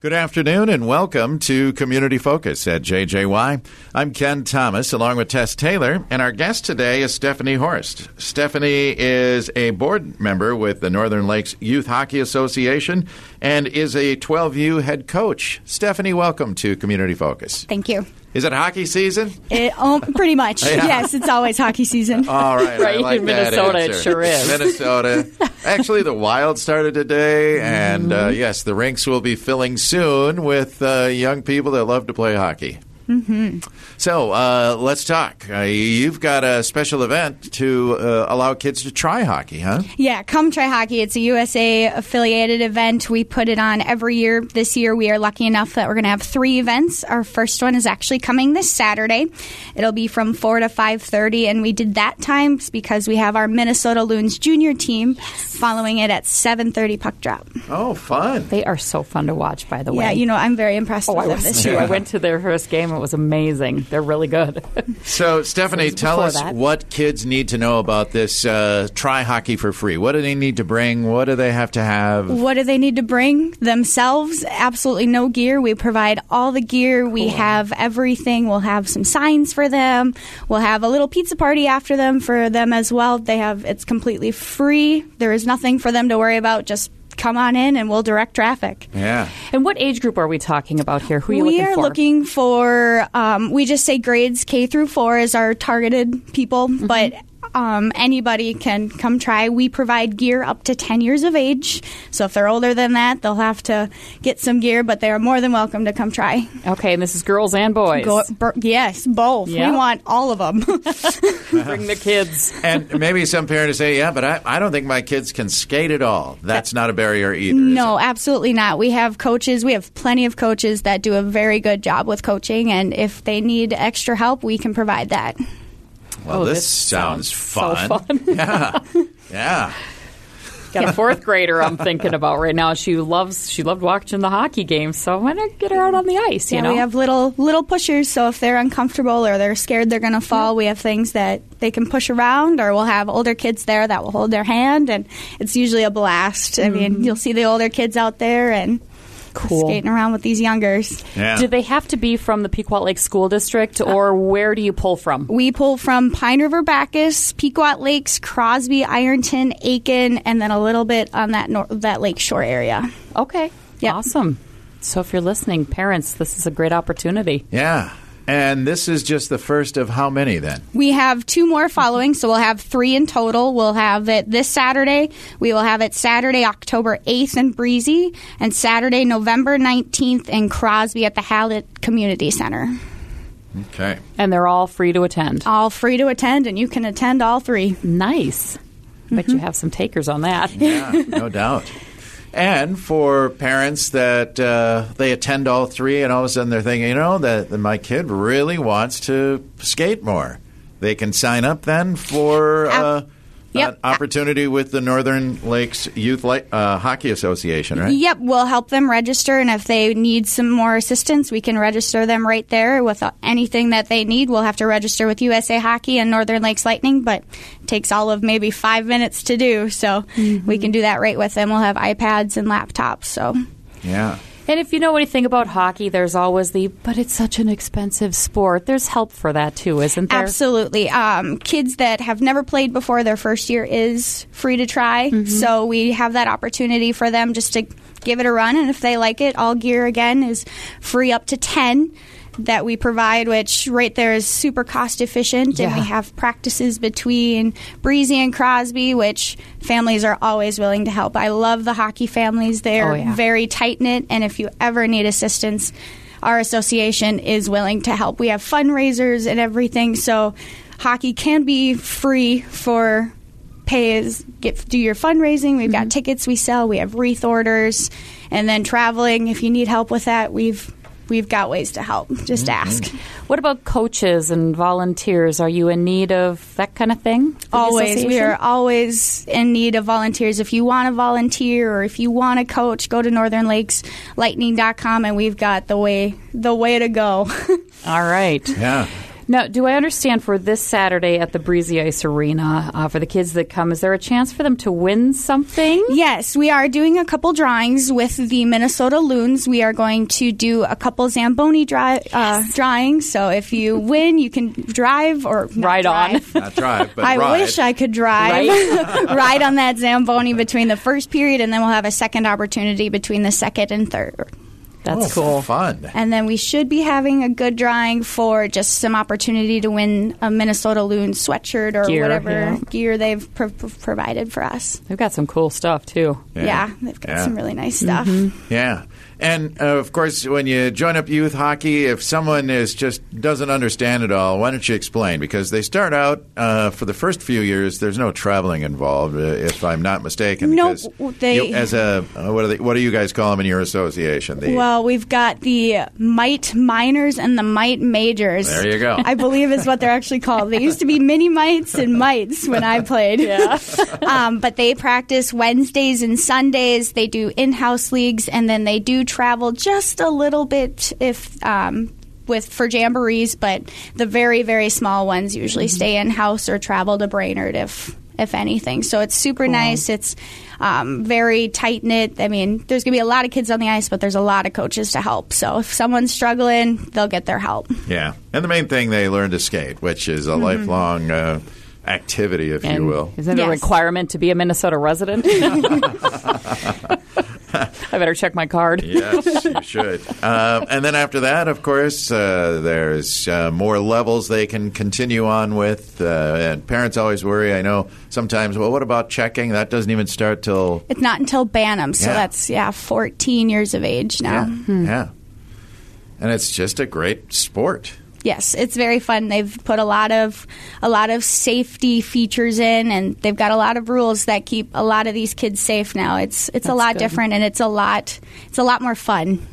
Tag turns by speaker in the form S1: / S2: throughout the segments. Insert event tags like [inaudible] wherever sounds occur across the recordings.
S1: Good afternoon and welcome to Community Focus at JJY. I'm Ken Thomas along with Tess Taylor, and our guest today is Stephanie Horst. Stephanie is a board member with the Northern Lakes Youth Hockey Association and is a 12U head coach. Stephanie, welcome to Community Focus.
S2: Thank you.
S1: Is it hockey season?
S2: It, um, pretty much.
S1: Yeah. Uh,
S2: Yes, it's always hockey season.
S1: All right, I
S3: Right,
S1: like
S3: in
S1: that
S3: Minnesota, it
S1: answer.
S3: sure is.
S1: Minnesota. Actually, the Wild started today, and
S3: Mm-hmm.
S1: uh, yes, the rinks will be filling soon with uh, young people that love to play hockey.
S3: Mm-hmm.
S1: So uh, let's talk. Uh, you've got a special event to uh, allow kids to try hockey, huh?
S2: yeah, come try hockey. It's a USA affiliated event. We put it on every year. This year, we are lucky enough that we're going to have three events. Our first one is actually coming this Saturday. It'll be from four to five thirty, and we did that time because we have our Minnesota Loons junior team following it at seven thirty puck drop.
S1: Oh, fun.
S3: They are so fun to watch, by the way.
S2: Yeah, you know I'm very impressed
S3: Oh,
S2: with
S3: I
S2: them
S3: was
S2: this
S3: too.
S2: year.
S3: I went to their first game. It was amazing. They're
S2: [laughs]
S3: really good.
S1: So, Stephanie,
S3: Since
S1: tell
S3: before
S1: us
S3: that.
S1: what kids need to know about this uh, try hockey for free. What do they need to bring? What do they have to have?
S2: What do they need to bring themselves? Absolutely no gear. We provide all the gear. We have everything. We'll have some signs for them. We'll have a little pizza party after them for them as well. They have it's completely free. There is nothing for them to worry about. Just come on in and we'll direct traffic.
S1: Yeah.
S3: and what age group are we talking about here? Who are you
S2: we
S3: looking
S2: are
S3: for?
S2: looking for um, we just say grades k through four is our targeted people
S3: Mm-hmm.
S2: but um, anybody can come try we provide gear up to 10 years of age so if they're older than that they'll have to get some gear but they are more than welcome to come try
S3: okay, and this is girls and boys.
S2: Go, bur- yes both
S3: Yeah.
S2: we want all of [laughs] them
S3: [laughs] Bring the kids.
S1: And maybe some parents say, yeah, but I, I don't think my kids can skate at all. That's not a barrier either. is
S2: No,
S1: it?
S2: absolutely not. We have coaches, we have plenty of coaches that do a very good job with coaching, and if they need extra help, we can provide that.
S1: Well,
S3: Oh,
S1: this,
S3: this
S1: sounds,
S3: sounds so
S1: fun. yeah. [laughs] Yeah.
S3: Got a fourth grader I'm thinking about right now. She loves she loved watching the hockey game, so why not get her out on the ice, you
S2: yeah,
S3: know?
S2: we have little little pushers, so if they're uncomfortable or they're scared they're going to fall, we have things that they can push around, or we'll have older kids there that will hold their hand, and it's usually a blast. I
S3: Mm-hmm.
S2: mean, you'll see the older kids out there and
S3: Cool.
S2: skating around with these youngers.
S1: Yeah.
S3: Do they have to be from the Pequot Lake School District
S2: Uh,
S3: or where do you pull from?
S2: We pull from Pine River Bacchus, Pequot Lakes, Crosby, Ironton, Aiken, and then a little bit on that nor- that lakeshore area.
S3: Okay.
S2: Yep.
S3: Awesome. So if you're listening, parents, this is a great opportunity.
S1: yeah. And this is just the first of how many then?
S2: We have two more following, so we'll have three in total. We'll have it this Saturday. We will have it Saturday, October 8th in Breezy, and Saturday, November 19th in Crosby at the Hallett Community Center.
S1: Okay.
S3: And they're all free to attend.
S2: All free to attend, and you can attend all three.
S3: Nice. Bet
S2: Mm-hmm.
S3: you have some takers on that.
S1: Yeah, no doubt. And for parents that uh, they attend all three, and all of a sudden they're thinking, you know, that, that my kid really wants to skate more. They can sign up then for uh,
S2: yep.
S1: an opportunity with the Northern Lakes Youth Li- uh, Hockey Association, right?
S2: Yep, we'll help them register, and if they need some more assistance, we can register them right there with anything that they need. We'll have to register with USA Hockey and Northern Lakes Lightning, but it takes all of maybe five minutes to do, so we can do that right with them. We'll have iPads and laptops, so.
S1: Yeah.
S3: And if you know anything about hockey, there's always the, but it's such an expensive sport. There's help for that too, isn't there?
S2: Absolutely. Um, kids that have never played before, their first year is free to try. So we have that opportunity for them just to give it a run. And if they like it, all gear again is free up to 10 that we provide, which right there is super cost efficient. And we
S3: Yeah.
S2: have practices between Breezy and Crosby, which families are always willing to help. I love the hockey families. They're
S3: Oh, yeah.
S2: very tight knit. And if you ever need assistance, our association is willing to help. We have fundraisers and everything, so hockey can be free for pay as get do your fundraising. We've
S3: Mm-hmm.
S2: got tickets we sell, we have wreath orders, and then traveling. If you need help with that, we've we've got ways to help. Just
S3: Mm-hmm.
S2: ask.
S3: What about coaches and volunteers? Are you in need of that kind of thing? for the
S2: Always, we
S3: association?
S2: are always in need of volunteers. If you want to volunteer or if you want to coach, go to northernlakeslightning.com and we've got the way the way to go. [laughs]
S3: All right.
S1: Yeah.
S3: Now, do I understand for this Saturday at the Breezy Ice Arena uh, for the kids that come? Is there a chance for them to win something?
S2: Yes, we are doing a couple drawings with the Minnesota Loons. We are going to do a couple Zamboni dri- uh, drawings. So if
S3: [laughs]
S2: you win, you can drive or not
S3: Ride on.
S2: drive.
S1: Not drive, but
S2: I
S1: ride.
S2: wish I could drive. [laughs]
S3: [laughs]
S2: Ride on that Zamboni between the first period, and then we'll have a second opportunity between the second and third.
S3: That's
S1: Oh,
S3: cool.
S1: Fun.
S2: And then we should be having a good drawing for just some opportunity to win a Minnesota Loon sweatshirt or
S3: Gear,
S2: whatever
S3: yeah.
S2: gear they've pro- pro- provided for us.
S3: They've got some cool stuff too.
S2: Yeah, they've got
S1: Yeah. Mm-hmm.
S2: some really nice stuff.
S1: Yeah. And uh, of course, when you join up youth hockey, if someone is just doesn't understand it all, why don't you explain? Because they start out uh, for the first few years. There's no traveling involved, uh, if I'm not mistaken.
S2: No,
S1: because
S2: w- they-
S1: you- as a uh, what, are they, what do you guys call them in your association? The,
S2: Well, we've got the mite minors and the mite majors.
S1: There you go.
S2: I believe is what they're actually called. They used to be mini mites and mites when I played. Yeah. [laughs] um, but they practice Wednesdays and Sundays. They do in-house leagues, and then they do travel just a little bit if. Um, with for jamborees, but the very very small ones usually stay in house or travel to Brainerd if if anything. So it's super nice. It's um, very tight knit. I mean, there's gonna be a lot of kids on the ice, but there's a lot of coaches to help. So if someone's struggling, they'll get their help.
S1: yeah. And the main thing they learn to skate, which is a
S2: Mm-hmm.
S1: lifelong uh, activity, if you will.
S3: Is it a
S2: Yes.
S3: requirement to be a Minnesota [laughs] resident? I better check my card.
S1: yes, you should. Um, and then after that, of course, uh, there's uh, more levels they can continue on with. Uh, and parents always worry. I know sometimes. Well, what about checking? That doesn't even start till
S2: It's not until Bantam, so
S1: Yeah.
S2: that's yeah, 14 years of age now.
S1: yeah, Hmm. yeah. And it's just a great sport.
S2: Yes, it's very fun. They've put a lot of a lot of safety features in, and they've got a lot of rules that keep a lot of these kids safe now. It's it's a lot
S3: good.
S2: different, and it's a lot it's a lot more fun.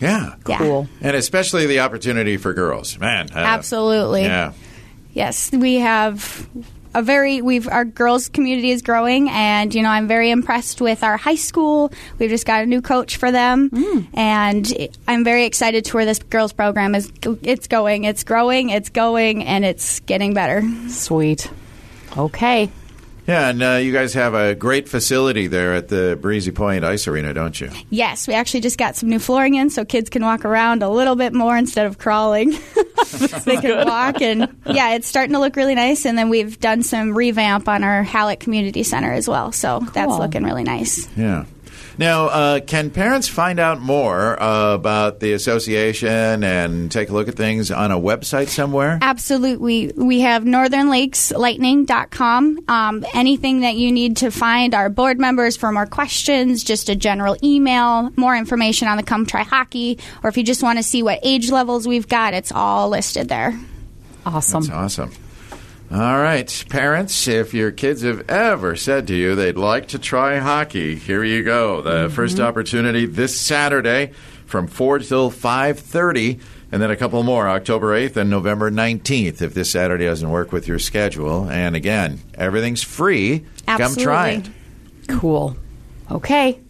S1: Yeah,
S2: Yeah.
S3: Cool.
S1: And especially the opportunity for girls, man. uh,
S2: Absolutely.
S1: Yeah.
S2: Yes, we have a very we've our girls community is growing and you know I'm very impressed with our high school. We've just got a new coach for them and I'm very excited to where this girls program is it's going. It's growing, it's going and it's getting better.
S3: Sweet. Okay.
S1: Yeah, and uh, you guys have a great facility there at the Breezy Point Ice Arena, don't you?
S2: Yes, we actually just got some new flooring in so kids can walk around a little bit more instead of crawling. [laughs] they can walk and yeah, it's starting to look really nice and then we've done some revamp on our Hallett Community Center as well. So that's
S3: Cool.
S2: looking really nice.
S1: Yeah. Now, uh, can parents find out more uh, about the association and take a look at things on a website somewhere?
S2: Absolutely. We have northernlakeslightning.com. Um, anything that you need to find our board members for more questions, just a general email, more information on the Come Try Hockey, or if you just want to see what age levels we've got, it's all listed there.
S3: Awesome.
S1: That's awesome. All right, parents, if your kids have ever said to you they'd like to try hockey, here you go. The first opportunity this Saturday from 4 till 5:30 and then a couple more October 8th and November 19th if this Saturday doesn't work with your schedule. And again, everything's free. Come try it.
S2: Absolutely.
S3: Cool. Okay.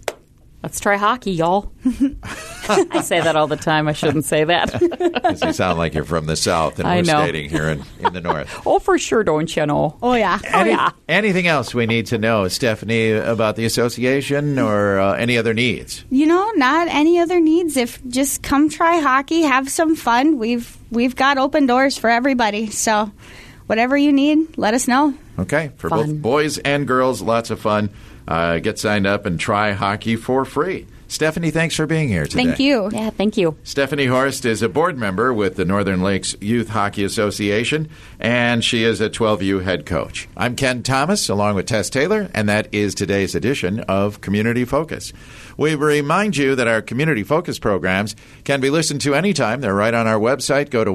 S3: Let's try hockey, [laughs] y'all. I say that all the time. I shouldn't say [laughs] that.
S1: Because you sound like you're from the South and
S3: I
S1: we're
S3: know.
S1: stating here in, in the
S3: [laughs]
S1: North.
S3: oh, for sure, don't you know?
S2: Oh, yeah.
S3: Oh, yeah.
S1: Anything else we need to know, Stephanie, about the association or uh, any other needs?
S2: you know, not any other needs. If just come try hockey, have some fun. We've we've got open doors for everybody. So, whatever you need, let us know.
S1: Okay, for
S3: Fun.
S1: both boys and girls, lots of fun. Uh, get signed up and try hockey for free. Stephanie, thanks for being here today.
S2: Thank you.
S3: Yeah, thank you.
S1: Stephanie Horst is a board member with the Northern Lakes Youth Hockey Association, and she is a 12U head coach. I'm Ken Thomas, along with Tess Taylor, and that is today's edition of Community Focus. We remind you that our Community Focus programs can be listened to anytime. They're right on our website. Go to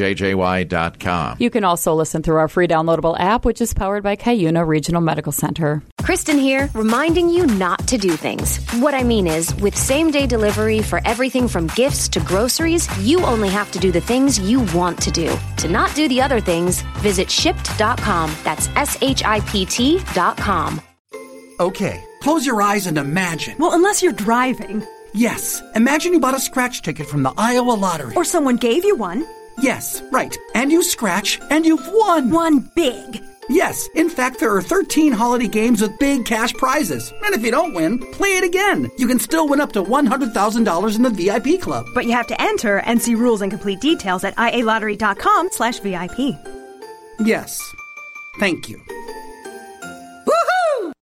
S1: 1067wjjy.com.
S3: You can also listen through our free downloadable app, which is powered by Cuyuna Regional Medical Center.
S4: Kristen here, reminding you not to do things. What I mean is, with same day delivery for everything from gifts to groceries, you only have to do the things you want to do. To not do the other things, visit shipped.com. That's S H I P T.com.
S5: Okay, close your eyes and imagine.
S6: Well, unless you're driving,
S5: Yes, imagine you bought a scratch ticket from the Iowa lottery.
S6: or someone gave you one.
S5: Yes, right. And you scratch, and you've won.
S6: One big.
S5: Yes, in fact, there are 13 holiday games with big cash prizes. And if you don't win, play it again. You can still win up to $100,000 in the VIP club.
S6: But you have to enter and see rules and complete details at ialottery.com slash VIP.
S5: Yes. Thank you.